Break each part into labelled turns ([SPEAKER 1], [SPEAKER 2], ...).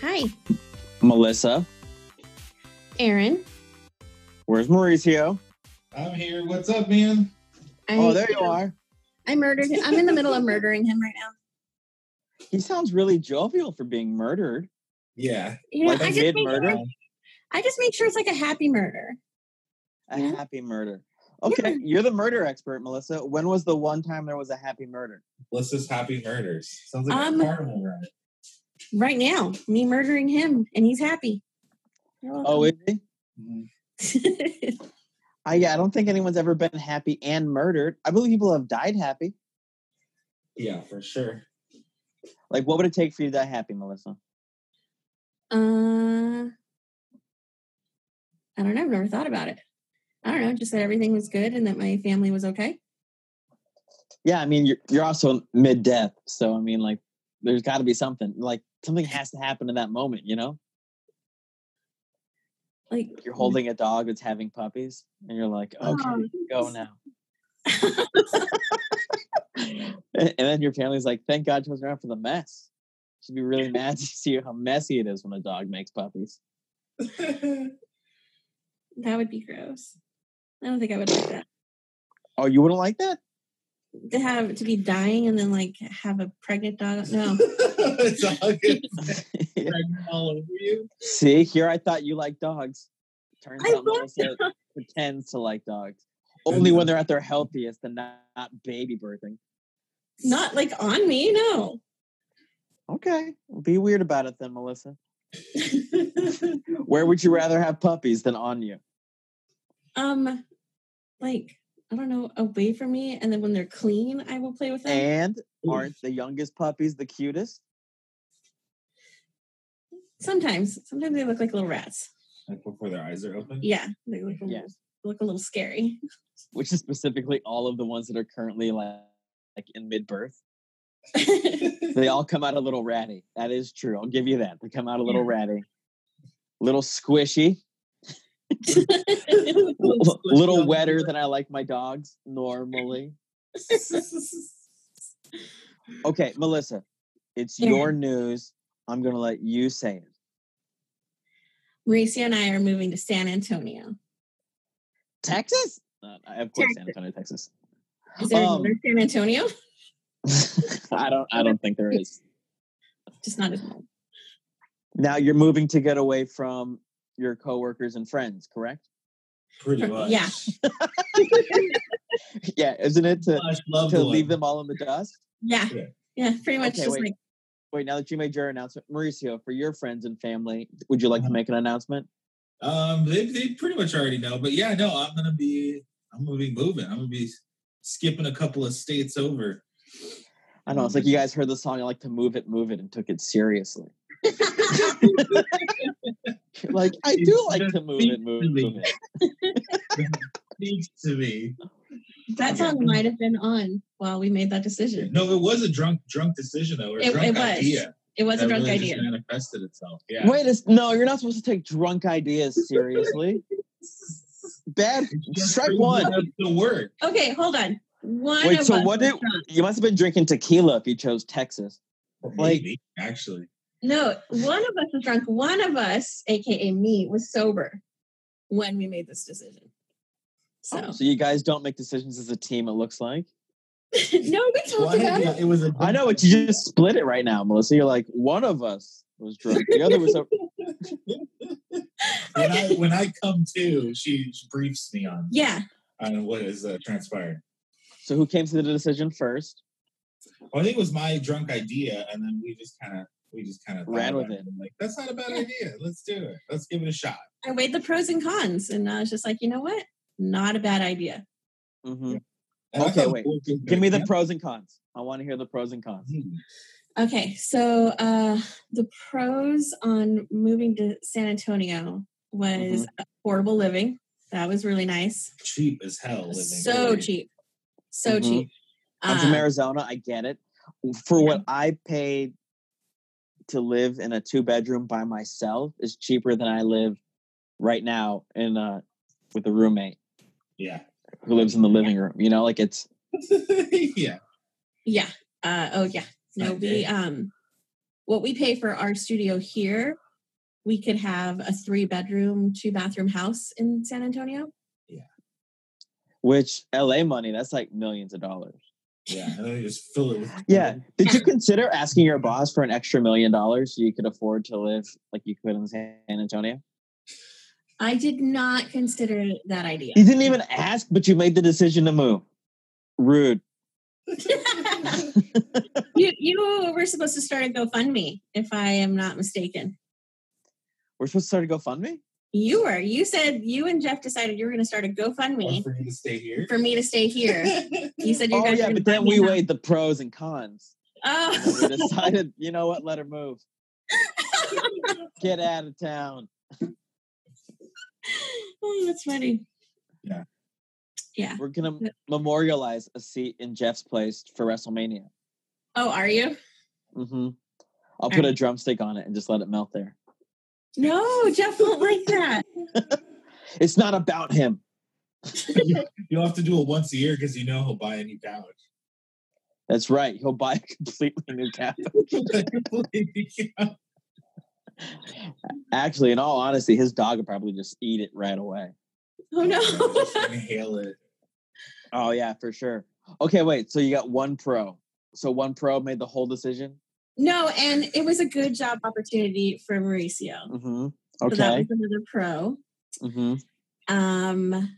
[SPEAKER 1] Hi,
[SPEAKER 2] Melissa,
[SPEAKER 1] Aaron.
[SPEAKER 2] where's Mauricio?
[SPEAKER 3] I'm here. What's up, man?
[SPEAKER 1] I,
[SPEAKER 2] Oh, there you are.
[SPEAKER 1] I murdered him. I'm in the middle of murdering him right now.
[SPEAKER 2] He sounds really jovial for being murdered.
[SPEAKER 3] Yeah.
[SPEAKER 1] Yeah,
[SPEAKER 2] Like
[SPEAKER 1] I just
[SPEAKER 2] mid
[SPEAKER 1] make
[SPEAKER 2] murder?
[SPEAKER 1] Sure, I just make sure it's like a happy murder.
[SPEAKER 2] A
[SPEAKER 1] Yeah.
[SPEAKER 2] happy murder. Okay, you're the murder expert, Melissa. When was the one time there was a happy murder?
[SPEAKER 3] Melissa's happy murders. Sounds like
[SPEAKER 1] Um,
[SPEAKER 3] a carnival ride.
[SPEAKER 1] Right now, me murdering him, and he's happy. You're welcome.
[SPEAKER 2] Oh, is he?
[SPEAKER 3] Mhm.
[SPEAKER 2] I, yeah, I don't think anyone's ever been happy and murdered. I believe people have died happy.
[SPEAKER 3] Yeah, for sure.
[SPEAKER 2] Like, what would it take for you to die happy, Melissa?
[SPEAKER 1] uh, I don't know. I've never thought about it. I don't know. Just that everything was good and that my family was okay.
[SPEAKER 2] Yeah, I mean, you're, you're also mid death. So, I mean, like, there's got to be something. Like, something has to happen in that moment, you know?
[SPEAKER 1] Like
[SPEAKER 2] You're holding a dog that's having puppies, and you're like, okay,
[SPEAKER 1] Oh,
[SPEAKER 2] go
[SPEAKER 1] yes.
[SPEAKER 2] now. and then your family's like, thank God she was around for the mess. She'd be really mad to see how messy it is when a dog makes puppies.
[SPEAKER 1] that would be gross. I don't think I would like that.
[SPEAKER 2] Oh, you wouldn't like that?
[SPEAKER 1] To have to be dying and then like have a pregnant dog. No.
[SPEAKER 3] it's all good. Pregnant all over you.
[SPEAKER 2] see, here I thought you liked dogs. Turns
[SPEAKER 1] I
[SPEAKER 2] out
[SPEAKER 1] love
[SPEAKER 2] Melissa pretends to like dogs. Only when they're at their healthiest and not, not baby birthing.
[SPEAKER 1] Not like on me, no.
[SPEAKER 2] Okay. Be weird about it then, Melissa. Where would you rather have puppies than on you?
[SPEAKER 1] um like I don't know, away from me and then when they're clean, I will play with them.
[SPEAKER 2] And aren't the youngest puppies the cutest?
[SPEAKER 1] Sometimes. Sometimes they look like little rats.
[SPEAKER 3] Like before their eyes are open.
[SPEAKER 1] Yeah. They look a little,
[SPEAKER 2] Yeah.
[SPEAKER 1] look a little scary.
[SPEAKER 2] Which is specifically all of the ones that are currently like, like in mid birth. They
[SPEAKER 3] Mm-hmm.
[SPEAKER 2] all come out a little ratty. That is true. I'll give you that. They come out a little ratty, little squishy, little,
[SPEAKER 3] squishy on
[SPEAKER 2] wetter
[SPEAKER 3] the-
[SPEAKER 2] than I like my dogs normally. Okay, Melissa, it's
[SPEAKER 1] Yeah.
[SPEAKER 2] your news. I'm gonna let you say it.
[SPEAKER 1] Mauricio and I are moving to San Antonio.
[SPEAKER 2] Texas? Uh, I- of course, San Antonio, Texas.
[SPEAKER 1] Is there
[SPEAKER 2] Um,
[SPEAKER 1] another San Antonio?
[SPEAKER 2] I don't. I don't think there is.
[SPEAKER 1] Just not as much.
[SPEAKER 2] Now you're moving to get away from your coworkers and friends, correct?
[SPEAKER 3] Pretty much.
[SPEAKER 1] Uh, Yeah.
[SPEAKER 2] Yeah, isn't it to,
[SPEAKER 3] Much loved
[SPEAKER 2] to
[SPEAKER 3] one.
[SPEAKER 2] leave them all in the dust?
[SPEAKER 1] Yeah.
[SPEAKER 3] Yeah.
[SPEAKER 1] Yeah. Pretty much
[SPEAKER 2] Okay,
[SPEAKER 1] just
[SPEAKER 2] wait.
[SPEAKER 1] like
[SPEAKER 2] Wait, now that you made your announcement, Mauricio, for your friends and family, would you like
[SPEAKER 1] Mm-hmm.
[SPEAKER 2] to make an announcement?
[SPEAKER 3] Um, they, they pretty much already know, but yeah, no, I'm gonna be, I'm gonna be moving. I'm gonna be skipping a couple of states over.
[SPEAKER 2] I know it's like you
[SPEAKER 1] Mm-hmm.
[SPEAKER 2] guys heard the song "I Like to Move It, Move It" and took it seriously. You're like I do like to move it, move it, move it.
[SPEAKER 3] Speaks to me.
[SPEAKER 1] that song might have been on while we made that decision.
[SPEAKER 3] No, it was a drunk, drunk decision though, or a
[SPEAKER 1] It-
[SPEAKER 3] drunk
[SPEAKER 1] it was.
[SPEAKER 3] idea.
[SPEAKER 1] It was a
[SPEAKER 3] that
[SPEAKER 1] drunk
[SPEAKER 3] really
[SPEAKER 1] idea.
[SPEAKER 3] Just manifested itself. Yeah.
[SPEAKER 2] Wait, a, s- no, you're not supposed to take drunk ideas seriously. Bad
[SPEAKER 3] Just
[SPEAKER 2] strike
[SPEAKER 3] bringing
[SPEAKER 2] one.
[SPEAKER 3] it up To work.
[SPEAKER 1] Okay, hold on. One
[SPEAKER 2] Wait,
[SPEAKER 1] of
[SPEAKER 2] so
[SPEAKER 1] us
[SPEAKER 2] what
[SPEAKER 1] was
[SPEAKER 2] did-
[SPEAKER 1] drunk.
[SPEAKER 2] You must have been drinking tequila if you chose Texas. Like-
[SPEAKER 3] Maybe, actually.
[SPEAKER 1] No, one of us was drunk. One of us, aka me, was sober when we made this decision. So
[SPEAKER 2] So you guys don't make decisions as a team. It looks like.
[SPEAKER 1] no, we talked about it.
[SPEAKER 3] it was a
[SPEAKER 2] I know, but you just split it right now, Melissa. You're like one of us was drunk, the other was. Over.
[SPEAKER 3] when I when I come to, she, she briefs me on
[SPEAKER 1] Yeah.
[SPEAKER 3] on what has uh, transpired.
[SPEAKER 2] So who came to the decision first?
[SPEAKER 3] Well, I think it was my drunk idea, and then we just kind of we just kind of
[SPEAKER 2] Ran with it.
[SPEAKER 3] Like that's not a bad idea. Let's do it. Let's give it a shot.
[SPEAKER 1] I weighed the pros and cons and I was just like, you know what? Not a bad idea.
[SPEAKER 2] hmm
[SPEAKER 3] And I
[SPEAKER 2] Okay,
[SPEAKER 3] thought
[SPEAKER 2] wait.
[SPEAKER 3] we could-
[SPEAKER 2] Give me the pros and cons. I want to hear the pros and cons.
[SPEAKER 3] Hmm.
[SPEAKER 1] Okay, so uh the pros on moving to San Antonio was affordable living. That was really nice.
[SPEAKER 3] cheap as hell. living
[SPEAKER 1] So
[SPEAKER 3] there.
[SPEAKER 1] cheap. So
[SPEAKER 2] Mhm.
[SPEAKER 1] cheap.
[SPEAKER 2] I'm from
[SPEAKER 1] Uh,
[SPEAKER 2] Arizona. I get it. For what I paid to live in a two bedroom by myself is cheaper than I live right now in uh, with a roommate
[SPEAKER 3] Yeah.
[SPEAKER 2] who lives in the living room. You know, like it's
[SPEAKER 3] yeah.
[SPEAKER 1] Yeah. Uh, oh yeah. No, we um what we pay for our studio here, we could have a three bedroom, two bathroom house in San Antonio.
[SPEAKER 2] Which LA money, that's like millions of dollars.
[SPEAKER 3] Yeah, and then you just fill it with.
[SPEAKER 2] Yeah. Did you consider asking your boss for an extra million dollars so you could afford to live like you could in San Antonio?
[SPEAKER 1] I did not consider that idea.
[SPEAKER 2] You didn't even ask, but you made the decision to move. Rude.
[SPEAKER 1] you, you were supposed to start a GoFundMe, if I am not mistaken.
[SPEAKER 2] We're supposed to start a GoFundMe?
[SPEAKER 1] You were. You said you and Jeff decided you were going to start a
[SPEAKER 3] One
[SPEAKER 1] GoFundMe
[SPEAKER 3] for you to stay here.
[SPEAKER 1] for me to stay here. You said you
[SPEAKER 2] Oh,
[SPEAKER 1] guys.
[SPEAKER 2] yeah,
[SPEAKER 1] were
[SPEAKER 2] but
[SPEAKER 1] gonna buy
[SPEAKER 2] then
[SPEAKER 1] me
[SPEAKER 2] we
[SPEAKER 1] a house.
[SPEAKER 2] weighed the pros and cons. And we
[SPEAKER 1] Oh,
[SPEAKER 2] decided, you know what, let her move. Get out of town.
[SPEAKER 1] Oh, that's funny.
[SPEAKER 2] We're gonna memorialize a seat in Jeff's place for WrestleMania.
[SPEAKER 1] Oh, are you?
[SPEAKER 2] hmm I'll put a
[SPEAKER 1] Alright.
[SPEAKER 2] drumstick on it and just let it melt there.
[SPEAKER 1] No, Jeff won't like that.
[SPEAKER 2] It's not about him.
[SPEAKER 3] You'll have to do it once a year because you know he'll buy a new couch.
[SPEAKER 2] That's right. He'll buy a completely new couch. Actually, in all honesty, his dog would probably just eat it right away.
[SPEAKER 1] Oh
[SPEAKER 3] Just
[SPEAKER 1] no.
[SPEAKER 3] Inhale it.
[SPEAKER 2] Oh yeah, for sure. Okay, wait. So you got one pro. So one pro made the whole decision.
[SPEAKER 1] no, and it was a good job opportunity for Mauricio.
[SPEAKER 2] Mm-hmm.
[SPEAKER 1] So that was
[SPEAKER 2] Okay.
[SPEAKER 1] another pro.
[SPEAKER 2] Mm-hmm.
[SPEAKER 1] Um,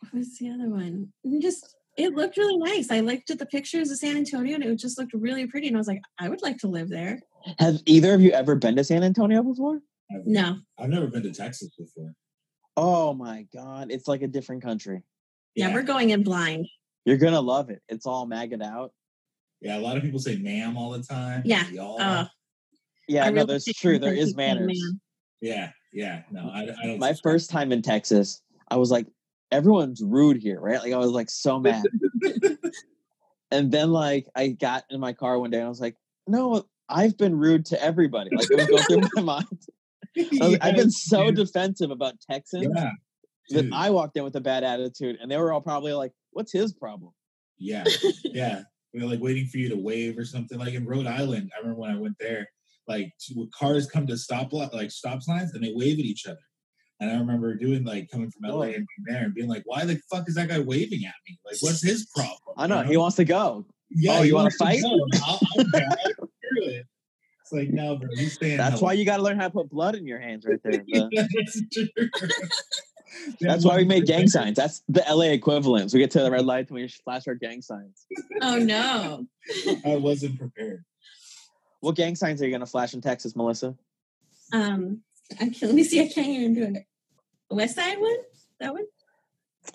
[SPEAKER 1] what was the other one? And Just it looked really nice. I looked at the pictures of San Antonio, and it just looked really pretty. And I was like, I would like to live there.
[SPEAKER 2] Have either of you ever been to San Antonio before?
[SPEAKER 1] No,
[SPEAKER 3] I've never been to Texas before.
[SPEAKER 2] Oh my God, it's like a different country.
[SPEAKER 1] yeah, we're going in blind.
[SPEAKER 2] You're gonna love it. It's all maggot out.
[SPEAKER 3] Yeah, a lot of people say ma'am all the time.
[SPEAKER 1] Yeah.
[SPEAKER 3] Y'all.
[SPEAKER 1] Uh,
[SPEAKER 2] Yeah,
[SPEAKER 1] I
[SPEAKER 2] no,
[SPEAKER 1] really
[SPEAKER 2] that's
[SPEAKER 1] think
[SPEAKER 2] true.
[SPEAKER 1] I'm
[SPEAKER 2] There
[SPEAKER 1] gonna
[SPEAKER 2] is
[SPEAKER 1] keep saying
[SPEAKER 2] manners.
[SPEAKER 1] ma'am.
[SPEAKER 3] yeah, yeah. No, I, I don't.
[SPEAKER 2] My first time in Texas, I was like, everyone's rude here, right? Like I was like so mad. and then like I got in my car one day and I was like, no, I've been rude to everybody. Like it was going through my mind. I was- I've been so
[SPEAKER 3] dude.
[SPEAKER 2] defensive about Texans
[SPEAKER 3] Yeah.
[SPEAKER 2] that
[SPEAKER 3] dude.
[SPEAKER 2] I walked in with a bad attitude, and they were all probably like, "What's his problem?"
[SPEAKER 3] Yeah, yeah. We were like waiting for you to wave or something. Like in Rhode Island, I remember when I went there, like two- cars come to stop li- like stop signs and they wave at each other. And I remember doing like coming from LA and being there and being like, "Why the fuck is that guy waving at me? Like, what's his problem?"
[SPEAKER 2] I know
[SPEAKER 3] You
[SPEAKER 2] he wants to go.
[SPEAKER 3] yeah,
[SPEAKER 2] oh, you
[SPEAKER 3] he
[SPEAKER 2] wanna
[SPEAKER 3] wants
[SPEAKER 2] fight?
[SPEAKER 3] go. I'll, I'm down. Screw it. It's like no, bro. You staying.
[SPEAKER 2] That's
[SPEAKER 3] home.
[SPEAKER 2] why you got to learn how to put blood in your hands, right there. bro.
[SPEAKER 3] That's true.
[SPEAKER 2] That's why we made gang signs. That's the LA equivalent. So we get to the red lights and we flash our gang signs.
[SPEAKER 1] Oh no.
[SPEAKER 3] I wasn't prepared.
[SPEAKER 2] What gang signs are you gonna flash in Texas, Melissa?
[SPEAKER 1] Um, I'm killing me. See, I can't even do it. West Side one? That one?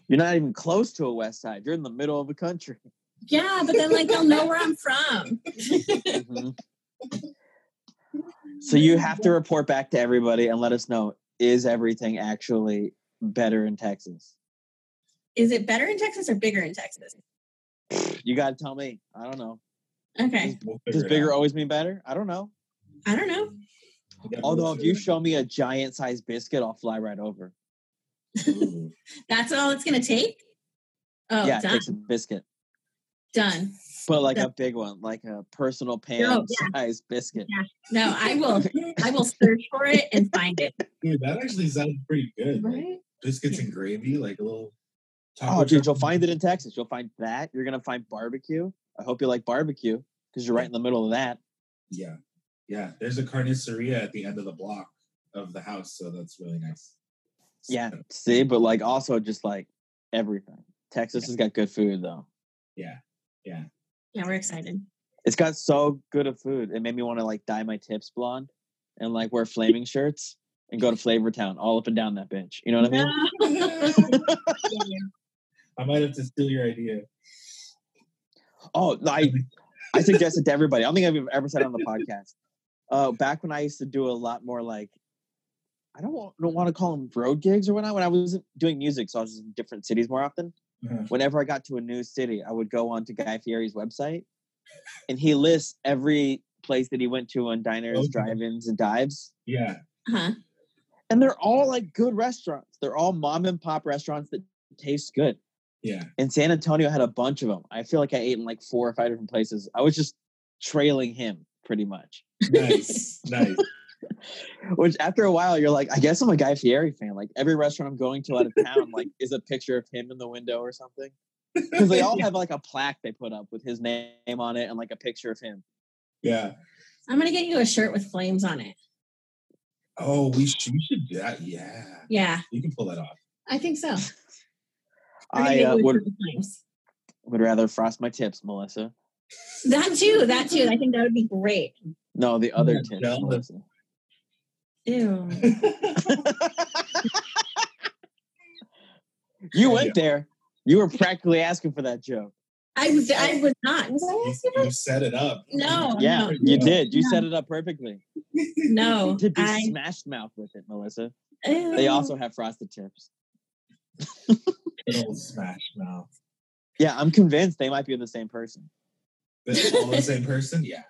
[SPEAKER 2] You're not even close to a West Side. You're in the middle of a country.
[SPEAKER 1] Yeah, but then like they'll know where I'm from.
[SPEAKER 3] Mm-hmm.
[SPEAKER 2] Mhm. so you have to report back to everybody and let us know: is everything actually better in Texas?
[SPEAKER 1] Is it better in Texas or bigger in Texas?
[SPEAKER 2] You gotta tell me. I don't know.
[SPEAKER 1] Okay,
[SPEAKER 3] We'll
[SPEAKER 2] Does
[SPEAKER 3] figure it
[SPEAKER 2] bigger
[SPEAKER 3] out.
[SPEAKER 2] always mean better? I don't know.
[SPEAKER 1] I don't know.
[SPEAKER 3] Yeah, we'll
[SPEAKER 2] Although if you
[SPEAKER 3] figure
[SPEAKER 2] show me a giant sized biscuit, I'll fly right over.
[SPEAKER 3] it out. Ooh.
[SPEAKER 1] That's all it's gonna take. Oh,
[SPEAKER 2] yeah, it
[SPEAKER 1] done.
[SPEAKER 2] takes a biscuit.
[SPEAKER 1] Done.
[SPEAKER 2] But like
[SPEAKER 1] Yeah.
[SPEAKER 2] a big one, like a personal pan
[SPEAKER 1] No,
[SPEAKER 2] sized biscuit.
[SPEAKER 1] No, I will. I will search for it and find it.
[SPEAKER 3] Dude, that actually sounds pretty good. Like,
[SPEAKER 1] Right?
[SPEAKER 3] biscuits
[SPEAKER 1] Yeah.
[SPEAKER 3] and gravy, like a little.
[SPEAKER 2] Oh, dude, you'll find it in Texas. You'll find that. You're gonna find barbecue. I hope you like barbecue because you're right in the middle of that.
[SPEAKER 3] Yeah, yeah. There's a carniceria at the end of the block of the house, so that's really nice.
[SPEAKER 2] Yeah.
[SPEAKER 3] So,
[SPEAKER 2] See, but like also just like everything. Texas has got good food though.
[SPEAKER 3] yeah, yeah.
[SPEAKER 1] Yeah, we're excited.
[SPEAKER 2] It's got so good of food. It made me want to like dye my tips blonde and like wear flaming shirts and go to Flavor Town all up and down that bitch. You know what I mean?
[SPEAKER 3] I might have to steal your idea.
[SPEAKER 2] Oh, I I suggest it to everybody. I don't think I've ever said it on the podcast. Uh, back when I used to do a lot more like, I don't want, don't want to call them road gigs or whatnot. When I was doing music, so I was in different cities more often.
[SPEAKER 3] Uh-huh.
[SPEAKER 2] Whenever I got to a new city, I would go onto Guy Fieri's website, and he lists every place that he went to on diners,
[SPEAKER 3] Okay.
[SPEAKER 2] drive-ins, and dives,
[SPEAKER 3] Yeah,
[SPEAKER 1] Huh?
[SPEAKER 2] and they're all like good restaurants. They're all mom and pop restaurants that taste good.
[SPEAKER 3] yeah.
[SPEAKER 2] And San Antonio had a bunch of them. I feel like I ate in like four or five different places. I was just trailing him pretty much.
[SPEAKER 3] Nice, nice.
[SPEAKER 2] Which after a while, you're like, I guess I'm a Guy Fieri fan. Like every restaurant I'm going to out of town, like is a picture of him in the window or something. Because they all have like a plaque they put up with his name on it and like a picture of him.
[SPEAKER 3] Yeah.
[SPEAKER 1] I'm gonna get you a shirt with flames on it.
[SPEAKER 3] Oh, we should, we should do that. Yeah.
[SPEAKER 1] Yeah,
[SPEAKER 3] You can pull that off.
[SPEAKER 1] I think so. I'm gonna
[SPEAKER 2] I
[SPEAKER 1] get
[SPEAKER 2] uh,
[SPEAKER 1] you a
[SPEAKER 2] would
[SPEAKER 1] shirt with flames.
[SPEAKER 2] would rather frost my tips, Melissa.
[SPEAKER 1] That too. That too. I think that would be great.
[SPEAKER 2] No, the other
[SPEAKER 3] Yeah,
[SPEAKER 2] tips,
[SPEAKER 3] yeah.
[SPEAKER 2] Melissa.
[SPEAKER 1] Ew.
[SPEAKER 2] You went there. You were practically asking for that joke.
[SPEAKER 1] I I would not. Was I
[SPEAKER 3] You,
[SPEAKER 1] asking for?
[SPEAKER 3] you set it up.
[SPEAKER 1] No.
[SPEAKER 2] Yeah, Oh,
[SPEAKER 1] no,
[SPEAKER 2] you did. You set it up perfectly.
[SPEAKER 1] No,
[SPEAKER 2] To be
[SPEAKER 1] I.
[SPEAKER 2] smashed mouth with it, Melissa. They
[SPEAKER 1] Ew.
[SPEAKER 2] also have frosted tips.
[SPEAKER 3] Good old smash mouth.
[SPEAKER 2] Yeah, I'm convinced they might be the same person.
[SPEAKER 3] But all the same person? Yeah.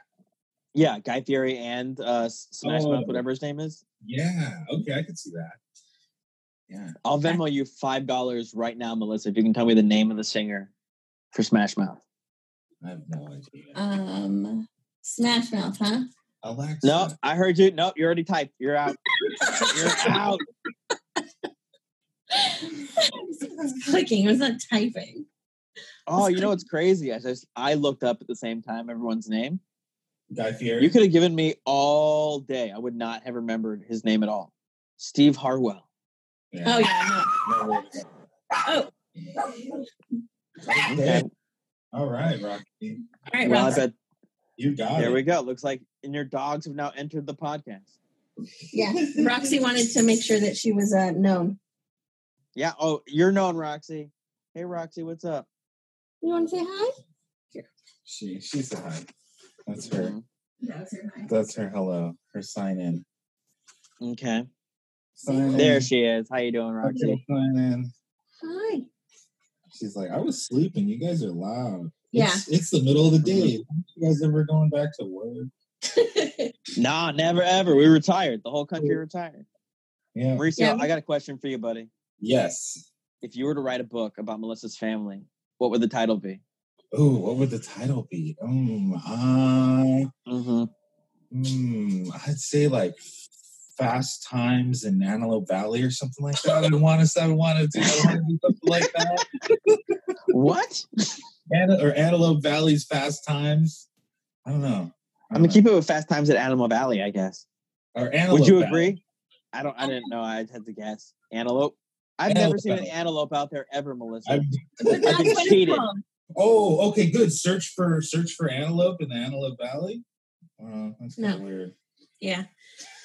[SPEAKER 2] Yeah, Guy Fieri and uh, S- Smash
[SPEAKER 3] Oh.
[SPEAKER 2] Mouth, whatever his name is.
[SPEAKER 3] Yeah. Okay, I can see that. Yeah.
[SPEAKER 2] I'll Venmo you five dollars right now, Melissa, if you can tell me the name of the singer for Smash Mouth.
[SPEAKER 3] I have no idea.
[SPEAKER 2] Uh,
[SPEAKER 1] Um, Smash Mouth, huh?
[SPEAKER 3] Alexa.
[SPEAKER 2] No, I heard you. No, you already typed. You're out. You're out.
[SPEAKER 1] it was clicking. It was not typing.
[SPEAKER 2] Oh, you know what's crazy? I just I looked up at the same time everyone's name.
[SPEAKER 3] Guy Fieri.
[SPEAKER 2] You could have given me all day. I would not have remembered his name at all. Steve Harwell.
[SPEAKER 1] Oh
[SPEAKER 3] Yeah.
[SPEAKER 1] yeah.
[SPEAKER 3] No.
[SPEAKER 1] Oh.
[SPEAKER 2] Okay.
[SPEAKER 3] Okay. All right, Rocky.
[SPEAKER 1] All right,
[SPEAKER 2] Well, I
[SPEAKER 1] Ross.
[SPEAKER 2] bet
[SPEAKER 3] You got
[SPEAKER 2] there
[SPEAKER 3] it.
[SPEAKER 2] we go. Looks like and your dogs have now entered the podcast.
[SPEAKER 1] Yeah, Roxy wanted to make sure that she was uh, known.
[SPEAKER 2] Yeah. Oh, you're known, Roxy. Hey, Roxy, what's up?
[SPEAKER 1] You want to say hi?
[SPEAKER 3] She she's the high. That's her.
[SPEAKER 1] That was her hi.
[SPEAKER 3] That's her hello. Her sign in.
[SPEAKER 2] Mm, Okay.
[SPEAKER 3] Sign in.
[SPEAKER 2] There she is. How you doing,
[SPEAKER 3] Um, Okay,
[SPEAKER 2] Roxy?
[SPEAKER 3] sign in.
[SPEAKER 1] Hi.
[SPEAKER 3] She's like, I was sleeping. You guys are loud.
[SPEAKER 1] Yeah.
[SPEAKER 3] It's, it's the middle of the
[SPEAKER 2] Mm-hmm.
[SPEAKER 3] day. You guys ever going back to work?
[SPEAKER 2] Nah, never ever. We retired. The whole country retired.
[SPEAKER 3] Yeah.
[SPEAKER 2] Mauricio,
[SPEAKER 1] Yeah.
[SPEAKER 2] I got a question for you, buddy.
[SPEAKER 3] Yes.
[SPEAKER 2] If you were to write a book about Melissa's family, what would the title be?
[SPEAKER 3] Oh, what would the title be? Um, uh,
[SPEAKER 2] Mm-hmm.
[SPEAKER 3] hmm, I'd say like Fast Times in Antelope Valley or something like that. I want to. I want to do. I want to do something like that.
[SPEAKER 2] What?
[SPEAKER 3] Ante- or Antelope Valley's Fast Times. I don't know. I
[SPEAKER 2] I'm
[SPEAKER 3] don't
[SPEAKER 2] gonna
[SPEAKER 3] know.
[SPEAKER 2] keep it with Fast Times at Animal Valley, I guess.
[SPEAKER 3] Or Uh, Antelope
[SPEAKER 2] Would you
[SPEAKER 3] Valley.
[SPEAKER 2] agree? I don't. I didn't know. I had to guess. Antelope. I've never
[SPEAKER 3] Antelope
[SPEAKER 2] seen an
[SPEAKER 3] Valley.
[SPEAKER 2] antelope out there ever, Melissa.
[SPEAKER 3] I've-
[SPEAKER 1] But that's
[SPEAKER 2] I've been
[SPEAKER 1] what it's
[SPEAKER 2] cheated.
[SPEAKER 1] called.
[SPEAKER 3] Oh, okay, good. Search for search for antelope in the Antelope Valley. Wow, that's kind of
[SPEAKER 1] No.
[SPEAKER 3] weird.
[SPEAKER 1] Yeah.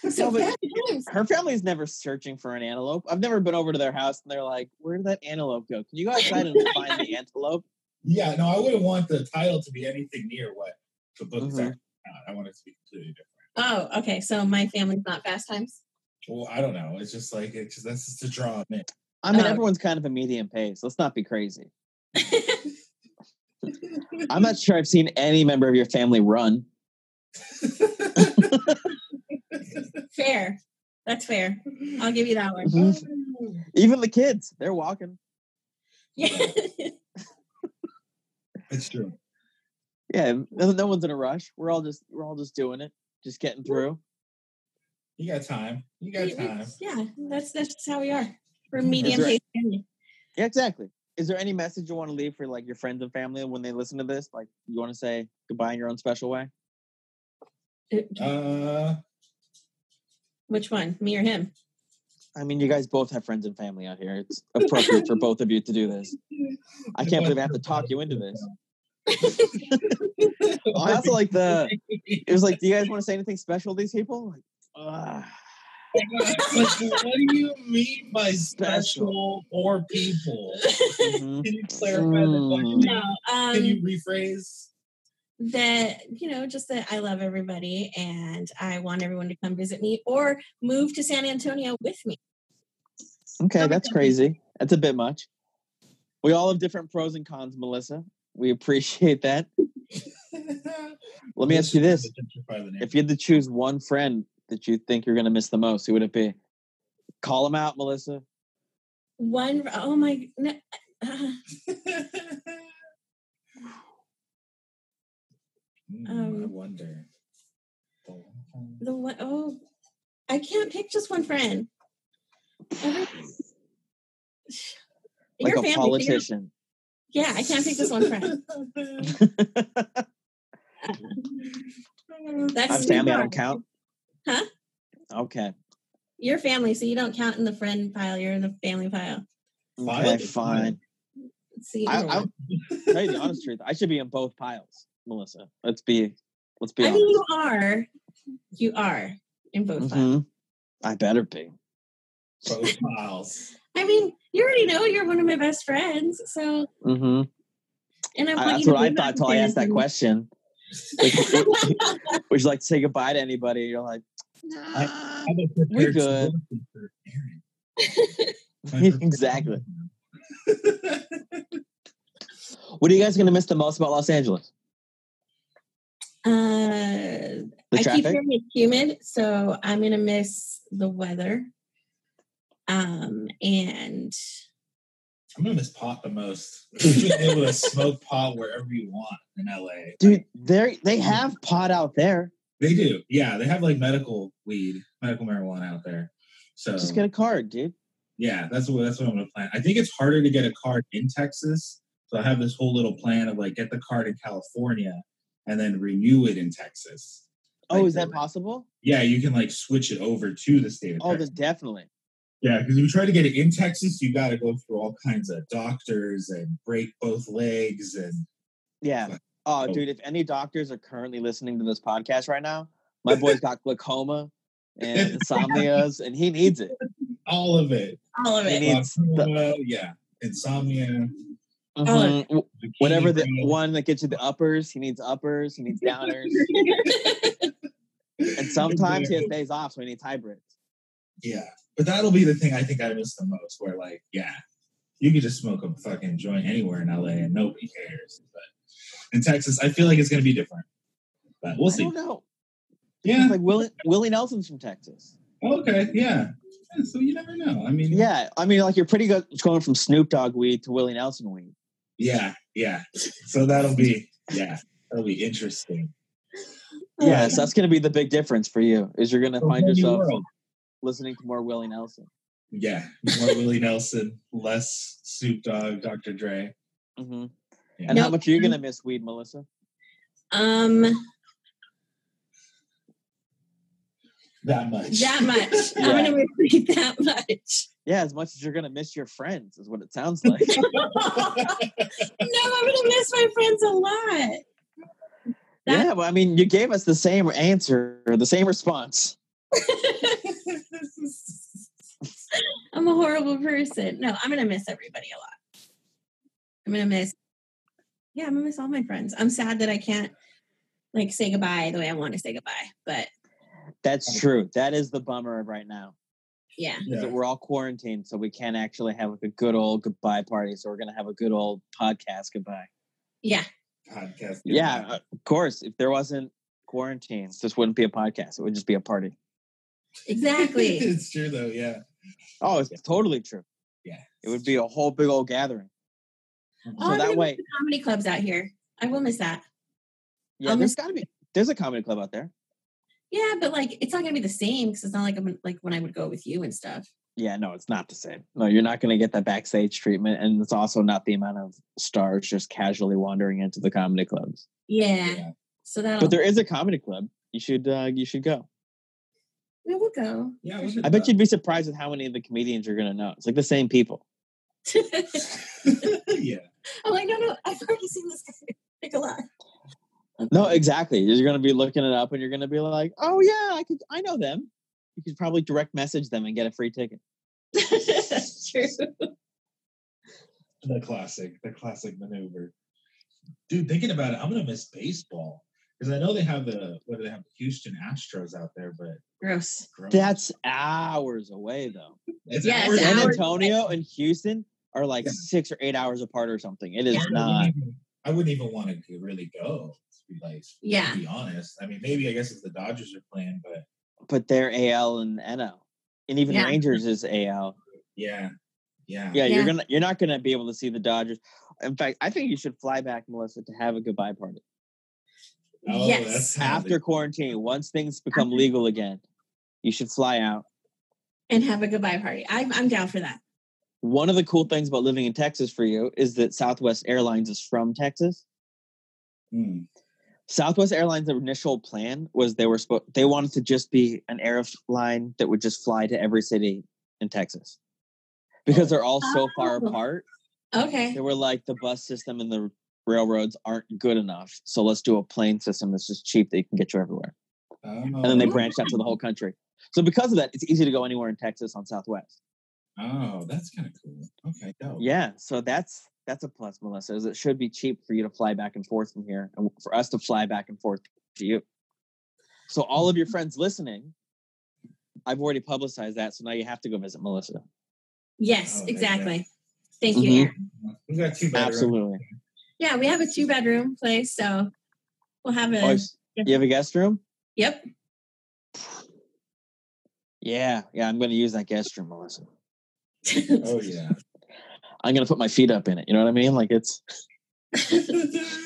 [SPEAKER 2] No,
[SPEAKER 1] So
[SPEAKER 2] but-
[SPEAKER 1] fast times.
[SPEAKER 2] Her family's never searching for an antelope. I've never been over to their house and they're like, "Where did that antelope go? Can you go outside and find the antelope?"
[SPEAKER 3] Yeah, no, I wouldn't want the title to be anything near what the book is
[SPEAKER 2] Mhm.
[SPEAKER 3] actually about. I want it to be completely different.
[SPEAKER 1] Oh, okay. So my family's not fast times.
[SPEAKER 3] Well, I don't know. It's just like it's just that's just to draw them in.
[SPEAKER 2] I mean,
[SPEAKER 1] Oh.
[SPEAKER 2] everyone's kind of a medium pace. Let's not be crazy. I'm not sure I've seen any member of your family run.
[SPEAKER 1] fair. That's fair. I'll give you that one.
[SPEAKER 2] Mm-hmm. Even the kids, they're walking.
[SPEAKER 1] Yeah.
[SPEAKER 3] It's true.
[SPEAKER 2] Yeah, no, no one's in a rush. We're all just we're all just doing it, just getting through.
[SPEAKER 3] You got time. You got
[SPEAKER 1] We- we-
[SPEAKER 3] time.
[SPEAKER 1] yeah. That's that's just how we are. We're medium
[SPEAKER 2] That's right.
[SPEAKER 1] paced family.
[SPEAKER 2] Yeah, exactly. Is there any message you want to leave for like your friends and family when they listen to this? Like, you want to say goodbye in your own special way?
[SPEAKER 3] Uh,
[SPEAKER 1] Which one? Me or him?
[SPEAKER 2] I mean, you guys both have friends and family out here. It's appropriate for both of you to do this. I can't believe I have to talk you into this. Oh, I also like the. It was like, do you guys want to say anything special to these people? Like, ah.
[SPEAKER 3] Like, what do you mean by special or people?
[SPEAKER 2] Mhm.
[SPEAKER 3] Can you clarify that?
[SPEAKER 2] Mm.
[SPEAKER 1] No. Um
[SPEAKER 3] Can you rephrase?
[SPEAKER 1] that you know just that i love everybody and i want everyone to come visit me or move to san antonio with me
[SPEAKER 2] Okay,
[SPEAKER 1] Come
[SPEAKER 2] that's
[SPEAKER 1] with me.
[SPEAKER 2] crazy. That's a bit much. We all have different pros and cons, Melissa. We appreciate that. Let me ask you this: If you had to choose one friend that you think you're going to miss the most, who would it be? Call him out, Melissa.
[SPEAKER 1] one oh my no, uh,
[SPEAKER 3] Hmm, I
[SPEAKER 1] Um,
[SPEAKER 3] Hmm, wonder.
[SPEAKER 1] The one, oh, I can't pick just one friend. Everyone-
[SPEAKER 2] like
[SPEAKER 1] Your
[SPEAKER 2] a
[SPEAKER 1] family,
[SPEAKER 2] politician.
[SPEAKER 1] Yeah, I can't pick just one friend. That's
[SPEAKER 2] I'm
[SPEAKER 1] too
[SPEAKER 2] family. I
[SPEAKER 1] far.
[SPEAKER 2] don't count.
[SPEAKER 1] Huh?
[SPEAKER 2] Okay.
[SPEAKER 1] Your family, so you don't count in the friend pile. You're in the family pile.
[SPEAKER 3] Fine.
[SPEAKER 2] Okay. Fine.
[SPEAKER 1] See,
[SPEAKER 2] I,
[SPEAKER 1] either
[SPEAKER 2] I
[SPEAKER 1] one.
[SPEAKER 2] tell you the honest truth. I should be in both piles, Melissa. Let's be. Let's be
[SPEAKER 1] I
[SPEAKER 2] honest.
[SPEAKER 1] mean, you are, you are in both piles.
[SPEAKER 2] Mhm. I better be.
[SPEAKER 3] Profiles.
[SPEAKER 1] I mean, you already know you're one of my best friends. So,
[SPEAKER 2] hmm
[SPEAKER 1] and I want
[SPEAKER 2] Uh, that's
[SPEAKER 1] you to
[SPEAKER 2] what I
[SPEAKER 1] believe
[SPEAKER 2] thought
[SPEAKER 1] I'm
[SPEAKER 2] until I asked that
[SPEAKER 1] family.
[SPEAKER 2] question. Like, would, would you like to say goodbye to anybody? You're like,
[SPEAKER 1] Um,
[SPEAKER 2] nah.
[SPEAKER 3] I'm a prepared
[SPEAKER 2] good.
[SPEAKER 3] solution for Aaron.
[SPEAKER 2] exactly. What are you guys going to miss the most about Los Angeles?
[SPEAKER 1] Uh,
[SPEAKER 2] The
[SPEAKER 1] I keep
[SPEAKER 2] traffic.
[SPEAKER 1] hearing it's humid, so I'm gonna miss the weather. Um, and
[SPEAKER 3] I'm gonna miss pot the most. You're just able to smoke pot wherever you want in LA.
[SPEAKER 2] Dude, they they have pot out there.
[SPEAKER 3] They do. Yeah, they have like medical weed, medical marijuana out there. So
[SPEAKER 2] Just get a card, dude.
[SPEAKER 3] yeah, that's what that's what I'm gonna plan. I think it's harder to get a card in Texas. So I have this whole little plan of like get the card in California and then renew it in Texas.
[SPEAKER 2] Oh,
[SPEAKER 3] Like,
[SPEAKER 2] is that
[SPEAKER 3] like-
[SPEAKER 2] possible?
[SPEAKER 3] Yeah, you can like switch it over to the state of
[SPEAKER 2] Oh,
[SPEAKER 3] Texas.
[SPEAKER 2] there's definitely.
[SPEAKER 3] Yeah, because if you try to get it in Texas, you got to go through all kinds of doctors and break both legs and
[SPEAKER 2] Yeah. Oh, dude, if any doctors are currently listening to this podcast right now, my boy's got glaucoma and insomnias, and he needs it.
[SPEAKER 3] all of it.
[SPEAKER 1] all of
[SPEAKER 2] He
[SPEAKER 1] it.
[SPEAKER 2] needs- It's the-
[SPEAKER 3] Glaucoma, yeah, insomnia.
[SPEAKER 1] Oh,
[SPEAKER 2] Mhm. Whatever the
[SPEAKER 3] bikini
[SPEAKER 2] one that gets you the uppers, he needs uppers, he needs downers.
[SPEAKER 3] breath.
[SPEAKER 2] and sometimes he has days off, so he needs hybrids.
[SPEAKER 3] Yeah, but that'll be the thing I think I miss the most. Where like, yeah, you could just smoke a fucking joint anywhere in LA and nobody cares. But in Texas, I feel like it's gonna be different. But we'll
[SPEAKER 2] I
[SPEAKER 3] see.
[SPEAKER 2] don't know.
[SPEAKER 3] Yeah.
[SPEAKER 2] It's like Willie, Willie Nelson's from Texas.
[SPEAKER 3] Okay. Yeah. Yeah, So you never know. I mean.
[SPEAKER 2] Yeah. I mean, like you're pretty good it's going from Snoop Dogg weed to Willie Nelson weed.
[SPEAKER 3] Yeah. Yeah. So that'll be. Yeah. That'll be interesting.
[SPEAKER 2] Yeah, so that's going to be the big difference for you is you're going to find
[SPEAKER 3] Whole new
[SPEAKER 2] yourself
[SPEAKER 3] world.
[SPEAKER 2] listening to more Willie Nelson.
[SPEAKER 3] Yeah. More Willie Nelson, less Snoop Dogg, Dr. Dre.
[SPEAKER 2] hmm
[SPEAKER 3] Yeah.
[SPEAKER 2] And how
[SPEAKER 1] Nope.
[SPEAKER 2] much are you going to miss weed, Melissa?
[SPEAKER 1] Um,
[SPEAKER 3] That much.
[SPEAKER 1] that much.
[SPEAKER 2] Yeah.
[SPEAKER 1] I'm gonna repeat that much.
[SPEAKER 2] Yeah, as much as you're going to miss your friends is what it sounds like.
[SPEAKER 1] no, I'm gonna miss my friends a lot. That-
[SPEAKER 2] yeah, well, I mean, you gave us the same answer, or the same response.
[SPEAKER 1] I'm a horrible person. No, I'm gonna miss everybody a lot. I'm gonna miss. Yeah, I'm gonna miss all my friends. I'm sad that I can't like say goodbye the way I want to say goodbye. But
[SPEAKER 2] That's true. That is the bummer of right now.
[SPEAKER 1] yeah,
[SPEAKER 2] Is that we're all quarantined, so we can't actually have like a good old goodbye party. So we're gonna have a good old podcast goodbye.
[SPEAKER 1] yeah,
[SPEAKER 3] Podcast.
[SPEAKER 2] Yeah, of course. If there wasn't quarantine, this wouldn't be a podcast. It would just be a party.
[SPEAKER 1] exactly.
[SPEAKER 3] it's true though. Yeah.
[SPEAKER 2] Oh, it's totally true.
[SPEAKER 3] Yeah.
[SPEAKER 2] It would be a whole big old gathering.
[SPEAKER 1] Oh,
[SPEAKER 2] so
[SPEAKER 1] I'm
[SPEAKER 2] that
[SPEAKER 1] gonna
[SPEAKER 2] way,
[SPEAKER 1] miss the comedy clubs out here. I will miss that.
[SPEAKER 2] yeah,
[SPEAKER 1] I'll
[SPEAKER 2] there's
[SPEAKER 1] miss-
[SPEAKER 2] got to be. There's a comedy club out there.
[SPEAKER 1] Yeah, but like it's not gonna be the same because it's not like I'm like when I would go with you and stuff.
[SPEAKER 2] Yeah, no, it's not the same. No, you're not going to get that backstage treatment, and it's also not the amount of stars just casually wandering into the comedy clubs.
[SPEAKER 1] Yeah,
[SPEAKER 3] Yeah.
[SPEAKER 1] so that'll.
[SPEAKER 3] Oh.
[SPEAKER 2] But there is a comedy club. You should uh, you should go.
[SPEAKER 1] we will go.
[SPEAKER 3] Yeah.
[SPEAKER 1] For
[SPEAKER 3] we
[SPEAKER 1] sure.
[SPEAKER 3] should
[SPEAKER 2] I bet you'd be surprised at how many of the comedians you're going to know. It's like the same people.
[SPEAKER 3] go. yeah.
[SPEAKER 1] I'm like, no, no, I've already seen this guy. Like a lot.
[SPEAKER 2] No, exactly. You're going to be looking it up, and you're going to be like, "Oh yeah, I could. I know them." You could probably direct message them and get a free ticket.
[SPEAKER 1] That's true.
[SPEAKER 3] The classic, the classic maneuver. Dude, thinking about it, I'm gonna miss baseball because I know they have the what do they have the Houston Astros out there, but
[SPEAKER 1] Gross.
[SPEAKER 3] gross.
[SPEAKER 2] That's hours away, though.
[SPEAKER 3] it's
[SPEAKER 1] Yeah,
[SPEAKER 3] hours
[SPEAKER 1] it's
[SPEAKER 2] San
[SPEAKER 1] hours
[SPEAKER 3] away.
[SPEAKER 2] Antonio and Houston are like
[SPEAKER 3] Yeah.
[SPEAKER 2] six or eight hours apart or something. It is
[SPEAKER 1] Yeah.
[SPEAKER 3] I
[SPEAKER 2] not.
[SPEAKER 3] wouldn't even- I wouldn't even want to really go. To be like,
[SPEAKER 1] Yeah.
[SPEAKER 3] to be honest. I mean, maybe I guess if the Dodgers are playing, but
[SPEAKER 2] but they're AL and NL, and even
[SPEAKER 1] Yeah.
[SPEAKER 2] Rangers is AL.
[SPEAKER 3] yeah, yeah,
[SPEAKER 2] Yeah, you're
[SPEAKER 1] Yeah.
[SPEAKER 2] gonna you're not gonna be able to see the Dodgers. In fact, I think you should fly back, Melissa, to have a goodbye party.
[SPEAKER 3] Oh,
[SPEAKER 1] Yes.
[SPEAKER 3] that's
[SPEAKER 2] after quarantine, once things become legal again, you should fly out.
[SPEAKER 1] and have a goodbye party. I'm, I'm down for that.
[SPEAKER 2] One of the cool things about living in Texas for you is that Southwest Airlines is from Texas.
[SPEAKER 3] Mm.
[SPEAKER 2] Southwest Airlines' initial plan was they were supposed they wanted to just be an airline that would just fly to every city in Texas because they're all so far
[SPEAKER 1] Oh.
[SPEAKER 2] apart.
[SPEAKER 1] Okay.
[SPEAKER 2] They were like the bus system and the railroads aren't good enough, so let's do a plane system that's just cheap that you can get you everywhere. and then they
[SPEAKER 3] Oh,
[SPEAKER 2] branched out to the whole country. So because of that, it's easy to go anywhere in Texas on Southwest.
[SPEAKER 3] oh, that's kind of cool. Okay, dope.
[SPEAKER 2] Yeah, so that's that's a plus, Melissa. Is it should be cheap for you to fly back and forth from here, and for us to fly back and forth to you. So all
[SPEAKER 3] Mm-hmm.
[SPEAKER 2] of your friends listening, I've already publicized that. So now you have to go visit Melissa.
[SPEAKER 1] Yes,
[SPEAKER 3] Oh, there you go.
[SPEAKER 1] exactly. Thank
[SPEAKER 2] Mhm.
[SPEAKER 1] you, Aaron.
[SPEAKER 3] we got two better.
[SPEAKER 2] Absolutely.
[SPEAKER 1] Yeah, we have a two bedroom place, so we'll have a.
[SPEAKER 2] Oh, s- you have a guest room?
[SPEAKER 1] Yep.
[SPEAKER 2] Yeah, yeah. I'm going to use that guest room, Melissa.
[SPEAKER 3] Oh yeah.
[SPEAKER 2] I'm going to put my feet up in it. You know what I mean? Like it's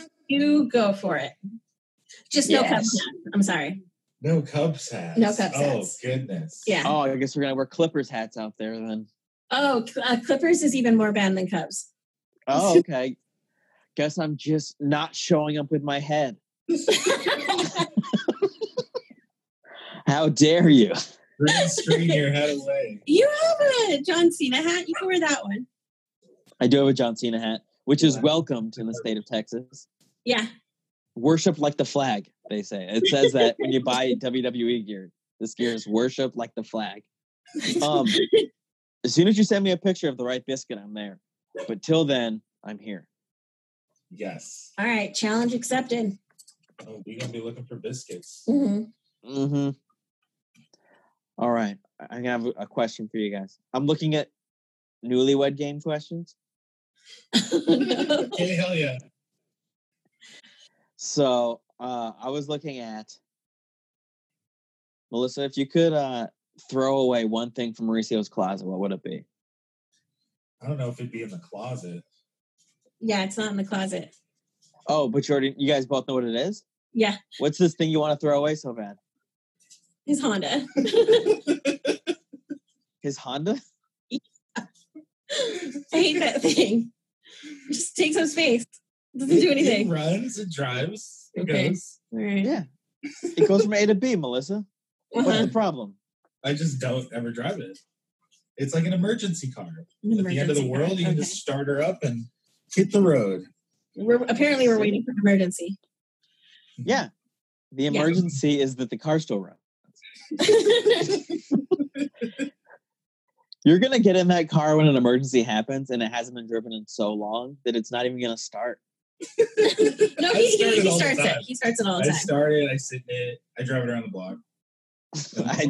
[SPEAKER 1] you go for it. Just no cup.
[SPEAKER 2] Yes.
[SPEAKER 1] I'm sorry.
[SPEAKER 3] no Cubs hats.
[SPEAKER 1] No Cubs
[SPEAKER 3] Oh
[SPEAKER 1] hats.
[SPEAKER 3] goodness.
[SPEAKER 1] Yeah.
[SPEAKER 2] oh, I guess we're going to wear Clippers hats out there then.
[SPEAKER 1] Oh, uh, Clippers is even more bad than Cubs.
[SPEAKER 2] Oh, okay. Guess I'm just not showing up with my head. How dare you?
[SPEAKER 3] Green screen your head away.
[SPEAKER 1] you have a John Cena hat. You can wear that one.
[SPEAKER 2] I do have a John Cena hat, which is
[SPEAKER 3] Wow.
[SPEAKER 2] welcomed in the state of Texas.
[SPEAKER 1] Yeah.
[SPEAKER 2] Worship like the flag, they say. It says that when you buy WWE gear. This gear is worship like the flag. Um, as soon as you send me a picture of the right biscuit, I'm there. But till then, I'm here.
[SPEAKER 3] Yes.
[SPEAKER 1] All right. Challenge accepted.
[SPEAKER 3] Oh, we're gonna be looking for biscuits.
[SPEAKER 1] Mhm.
[SPEAKER 2] Mm-hmm. All right. I- I'm gonna have a- a question for you guys. I'm looking at newlywed game questions.
[SPEAKER 1] No.
[SPEAKER 3] Okay, hell yeah.
[SPEAKER 2] So uh, I was looking at Melissa. If you could uh, throw away one thing from Mauricio's closet, what would it be?
[SPEAKER 3] I don't know if it'd be in the closet.
[SPEAKER 1] Yeah, it's not in the closet.
[SPEAKER 2] Oh, but you already you guys both know what it is.
[SPEAKER 1] Yeah,
[SPEAKER 2] What's this thing you want to throw away so bad?
[SPEAKER 1] his Honda.
[SPEAKER 2] His Honda.
[SPEAKER 1] I hate that thing. Just takes up space. Doesn't
[SPEAKER 3] It-
[SPEAKER 1] do
[SPEAKER 3] it
[SPEAKER 1] anything.
[SPEAKER 3] runs. It drives. It
[SPEAKER 1] Okay.
[SPEAKER 3] goes.
[SPEAKER 1] All right.
[SPEAKER 2] Yeah, it goes from A to B, Melissa. What's
[SPEAKER 1] Uh-huh.
[SPEAKER 2] the problem?
[SPEAKER 3] I just don't ever drive it. It's like an emergency car. At the end of the
[SPEAKER 1] Emergency
[SPEAKER 3] world, you
[SPEAKER 1] car.
[SPEAKER 3] can just start her up and hit the road.
[SPEAKER 1] Okay. We're, apparently, we're waiting for an emergency.
[SPEAKER 2] Yeah, the emergency is that the car still runs. You're gonna get in that car when an emergency happens, and it hasn't been driven in so long that it's not even gonna start.
[SPEAKER 1] no,
[SPEAKER 3] I
[SPEAKER 1] he,
[SPEAKER 3] start
[SPEAKER 1] he,
[SPEAKER 3] it
[SPEAKER 1] he
[SPEAKER 3] all the
[SPEAKER 1] starts it.
[SPEAKER 3] time.
[SPEAKER 1] He starts it all
[SPEAKER 3] I
[SPEAKER 1] the time.
[SPEAKER 3] start it. I sit in it. I drive it around the block.
[SPEAKER 2] I,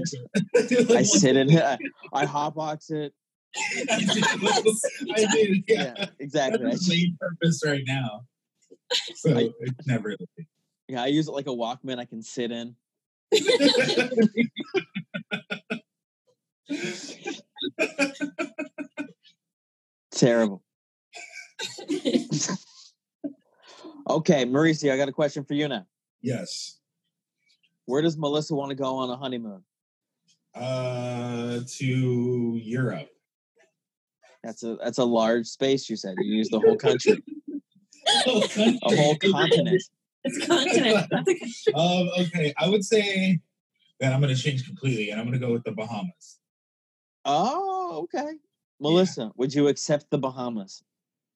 [SPEAKER 2] I sit in it. I, I hotbox it.
[SPEAKER 3] I do. I do, Yeah.
[SPEAKER 2] Yeah, exactly. I
[SPEAKER 3] That's the main purpose right now. So
[SPEAKER 2] I-
[SPEAKER 3] it's never.
[SPEAKER 2] Yeah, I use it like a Walkman I can sit in. Terrible. Okay, Mauricio, I got a question for you now.
[SPEAKER 3] yes.
[SPEAKER 2] Where does Melissa want to go on a honeymoon?
[SPEAKER 3] Uh, to Europe.
[SPEAKER 2] That's a that's a large space you said. You use the whole country,
[SPEAKER 3] Oh, country.
[SPEAKER 2] a whole continent.
[SPEAKER 1] it's continent.
[SPEAKER 3] Um, okay, I would say that I'm going to change completely, and I'm going to go with the Bahamas.
[SPEAKER 2] Oh, okay. Melissa, would you accept the Bahamas?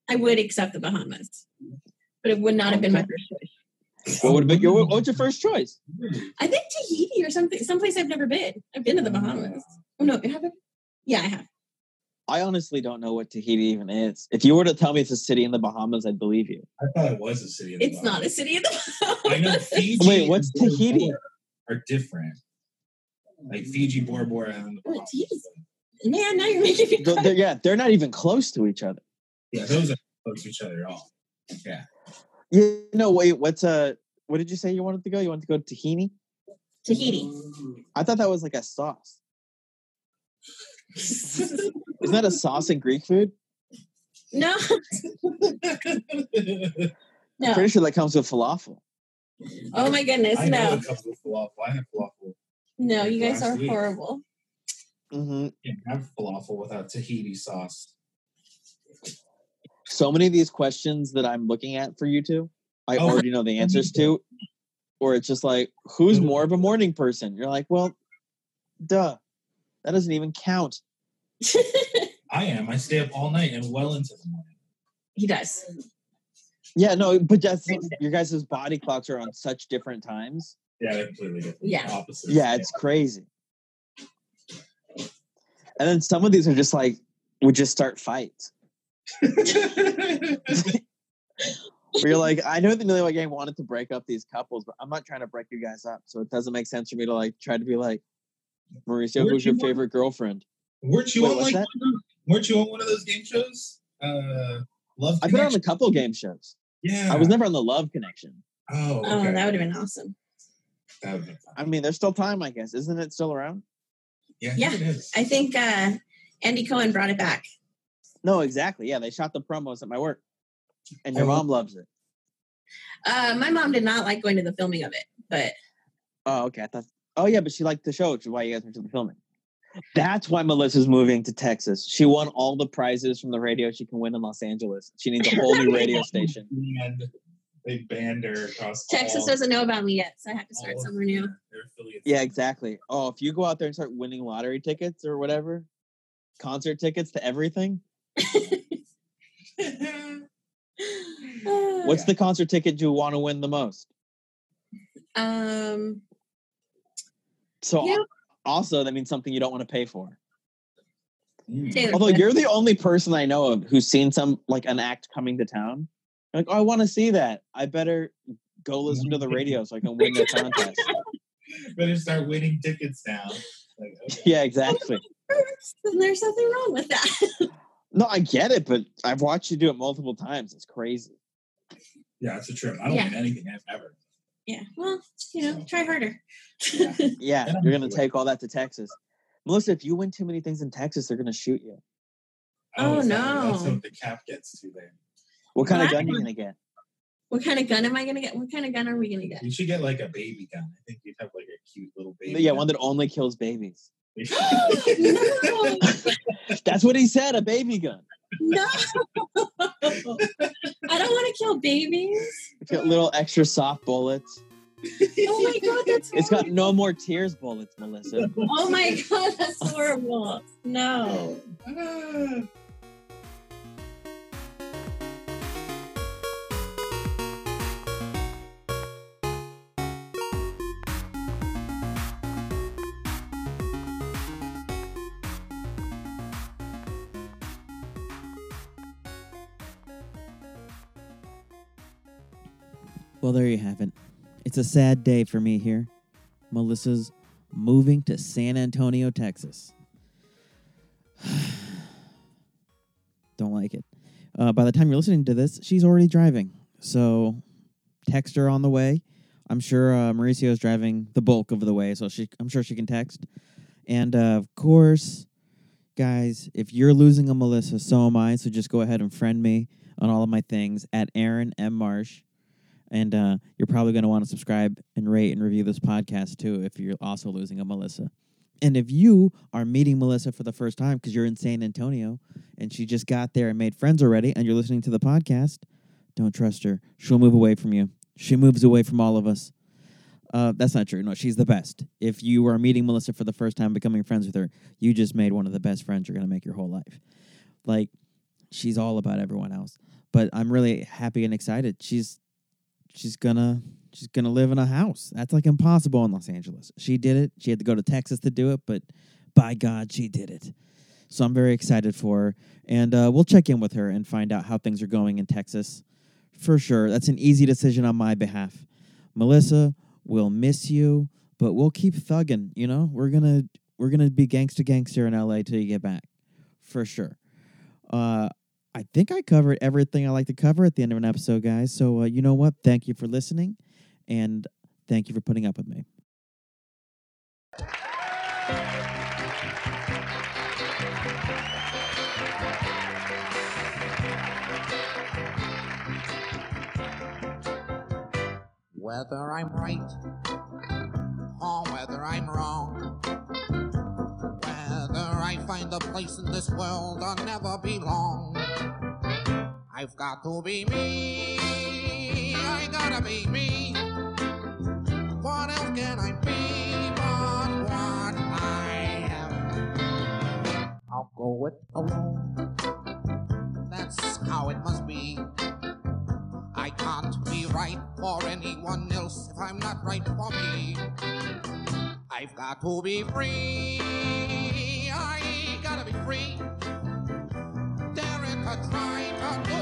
[SPEAKER 1] I would accept the Bahamas, but it would not have been my first choice.
[SPEAKER 2] What would have been your what was your first choice?
[SPEAKER 1] I think Tahiti or something, someplace I've never been. I've been to the Bahamas. Oh no, have I? Yeah, I have.
[SPEAKER 2] I honestly don't know what Tahiti even is. If you were to tell me it's a city in the Bahamas, I'd believe you.
[SPEAKER 3] I thought it was a city. Of the
[SPEAKER 1] It's not a city in the
[SPEAKER 3] I
[SPEAKER 1] Bahamas.
[SPEAKER 3] know Fiji.
[SPEAKER 2] Wait, what's
[SPEAKER 3] and Bora
[SPEAKER 2] Tahiti?
[SPEAKER 3] Bora Are different. Like Fiji, Bora Bora, and the
[SPEAKER 1] Oh,
[SPEAKER 3] Bahamas.
[SPEAKER 1] Tahiti's- Man, now you're making me.
[SPEAKER 2] Th- they're- yeah, they're not even close to each other.
[SPEAKER 3] Yeah, those are close to each other at all. Yeah.
[SPEAKER 2] You know, wait, what's uh what did you say you wanted to go? You wanted to go to Tahiti?
[SPEAKER 1] Tahiti.
[SPEAKER 2] I thought that was like a sauce. Isn't that a sauce in Greek food?
[SPEAKER 1] no,
[SPEAKER 3] That's
[SPEAKER 1] no.
[SPEAKER 2] Pretty sure that comes with falafel.
[SPEAKER 1] Oh my goodness,
[SPEAKER 3] I
[SPEAKER 1] no.
[SPEAKER 3] know a couple of falafel. I had falafel.
[SPEAKER 1] No, you guys
[SPEAKER 3] Last
[SPEAKER 1] are
[SPEAKER 3] week.
[SPEAKER 1] horrible.
[SPEAKER 2] hmm
[SPEAKER 3] You can have falafel without tahini sauce.
[SPEAKER 2] So many of these questions that I'm looking at for you two, I
[SPEAKER 3] Oh,
[SPEAKER 2] already know the answers to, or it's just like, who's more of a morning person? You're like, well, duh, that doesn't even count.
[SPEAKER 3] I am. I stay up all night and well into the morning.
[SPEAKER 1] He does.
[SPEAKER 2] Yeah, no, but that's your guys' body clocks are on such different times.
[SPEAKER 3] Yeah, they're completely different.
[SPEAKER 1] Yeah.
[SPEAKER 3] Opposites.
[SPEAKER 2] Yeah, it's crazy. And then some of these are just like, we just start fights. Where you're like, I know the Million Way Gang wanted to break up these couples, but I'm not trying to break you guys up. So it doesn't make sense for me to like try to be like, Mauricio,
[SPEAKER 3] Weren't
[SPEAKER 2] who's your
[SPEAKER 3] you on-
[SPEAKER 2] favorite girlfriend?
[SPEAKER 3] weren't you
[SPEAKER 2] Wait,
[SPEAKER 3] on
[SPEAKER 2] what's
[SPEAKER 3] like
[SPEAKER 2] that?
[SPEAKER 3] one of- weren't you on one of those game shows? Uh, Love.
[SPEAKER 2] I've been on
[SPEAKER 3] Connection?
[SPEAKER 2] a couple game shows.
[SPEAKER 3] Yeah.
[SPEAKER 2] I was never on the Love Connection.
[SPEAKER 3] Oh, okay.
[SPEAKER 1] Oh, that would have been awesome.
[SPEAKER 3] That would've been fun.
[SPEAKER 2] I mean, there's still time, I guess. Isn't it still around?
[SPEAKER 3] Yeah. I
[SPEAKER 1] Yeah,
[SPEAKER 3] think it is.
[SPEAKER 1] I think uh, Andy Cohen brought it back.
[SPEAKER 2] No, exactly. Yeah, they shot the promos at my work. And your
[SPEAKER 3] Oh.
[SPEAKER 2] mom loves it.
[SPEAKER 1] Uh, my mom did not like going to the filming of it, but
[SPEAKER 2] Oh, okay. I thought. Oh, yeah, but she liked the show, which is why you guys went to the filming. That's why Melissa's moving to Texas. She won all the prizes from the radio she can win in Los Angeles. She needs a whole new radio station.
[SPEAKER 3] And they banned her across
[SPEAKER 1] Texas
[SPEAKER 3] all- Oh.
[SPEAKER 1] doesn't know about me yet, so I have to start
[SPEAKER 3] all of
[SPEAKER 1] somewhere new.
[SPEAKER 3] Their affiliates.
[SPEAKER 2] Yeah, exactly. Oh, if you go out there and start winning lottery tickets or whatever, concert tickets to everything.
[SPEAKER 1] Uh,
[SPEAKER 2] What's the concert ticket you want to win the most?
[SPEAKER 1] um,
[SPEAKER 2] So
[SPEAKER 1] Yeah.
[SPEAKER 2] also that means something you don't want to pay for.
[SPEAKER 3] Mm.
[SPEAKER 1] Taylor
[SPEAKER 2] Although
[SPEAKER 1] Swift.
[SPEAKER 2] you're the only person I know of who's seen some like an act coming to town. Like, oh, I want to see that. I better go listen to the radio so I can win the contest.
[SPEAKER 3] Better start winning tickets now. Like, okay.
[SPEAKER 2] yeah, exactly.
[SPEAKER 1] Then there's nothing wrong with that.
[SPEAKER 2] No, I get it, but I've watched you do it multiple times. It's crazy.
[SPEAKER 3] Yeah, it's a trip. I don't
[SPEAKER 1] Yeah.
[SPEAKER 3] win anything I've ever.
[SPEAKER 1] yeah, well, you know, try harder.
[SPEAKER 3] Yeah.
[SPEAKER 2] Yeah,
[SPEAKER 3] Yeah.
[SPEAKER 2] you're gonna take all that to Texas. Melissa, if you win too many things in Texas, they're gonna shoot you.
[SPEAKER 1] Oh,
[SPEAKER 3] is that-
[SPEAKER 1] no.
[SPEAKER 3] That's what the cap gets to there.
[SPEAKER 2] What kind
[SPEAKER 1] Well,
[SPEAKER 2] of
[SPEAKER 1] I
[SPEAKER 2] gun are you gonna get?
[SPEAKER 1] What kind of gun am I gonna get? What kind of gun are we gonna get?
[SPEAKER 3] You should get like a baby gun. I think you'd have like a cute little baby.
[SPEAKER 2] Yeah,
[SPEAKER 3] gun.
[SPEAKER 2] one that only kills babies.
[SPEAKER 1] no,
[SPEAKER 2] That's what he said, a baby gun.
[SPEAKER 1] no. I don't want to kill babies.
[SPEAKER 2] It's got little extra soft bullets.
[SPEAKER 1] Oh my god, that's
[SPEAKER 2] It's
[SPEAKER 1] horrible.
[SPEAKER 2] got no more tears bullets, Melissa.
[SPEAKER 1] Oh my god, that's horrible. No.
[SPEAKER 3] Ah.
[SPEAKER 4] Well, there you have it. It's a sad day for me here. Melissa's moving to San Antonio, Texas. Don't like it. Uh, by the time you're listening to this, she's already driving. So text her on the way. I'm sure uh, Mauricio's driving the bulk of the way, so she, I'm sure she can text. And uh, of course, guys, if you're losing a Melissa, so am I. So just go ahead and friend me on all of my things at Aaron M. Marsh. And uh, you're probably going to want to subscribe and rate and review this podcast too if you're also losing a Melissa. And if you are meeting Melissa for the first time because you're in San Antonio and she just got there and made friends already and you're listening to the podcast, don't trust her. She'll move away from you. She moves away from all of us. Uh, that's not true. No, she's the best. If you are meeting Melissa for the first time, becoming friends with her, you just made one of the best friends you're going to make your whole life. Like, she's all about everyone else. But I'm really happy and excited. She's she's gonna she's gonna live in a house. That's like impossible in Los Angeles. She did it. She had to go to Texas to do it, but by God, she did it. So I'm very excited for her, and uh, we'll check in with her and find out how things are going in Texas. For sure, that's an easy decision on my behalf. Melissa, we'll miss you, but we'll keep thugging. You know, we're gonna we're gonna be gangsta gangster in LA till you get back, for sure. Uh, I think I covered everything I like to cover at the end of an episode, guys. So uh, you know what? Thank you for listening, and thank you for putting up with me.
[SPEAKER 5] Wow. whether I'm right or whether I'm wrong. Whether I find a place in this world I'll never belong. I've got to be me. I gotta be me. What else can I be but what I am? I'll go it alone. That's how it must be. I can't be right for anyone else if I'm not right for me. I've got to be free. I gotta be free. Daring to try to do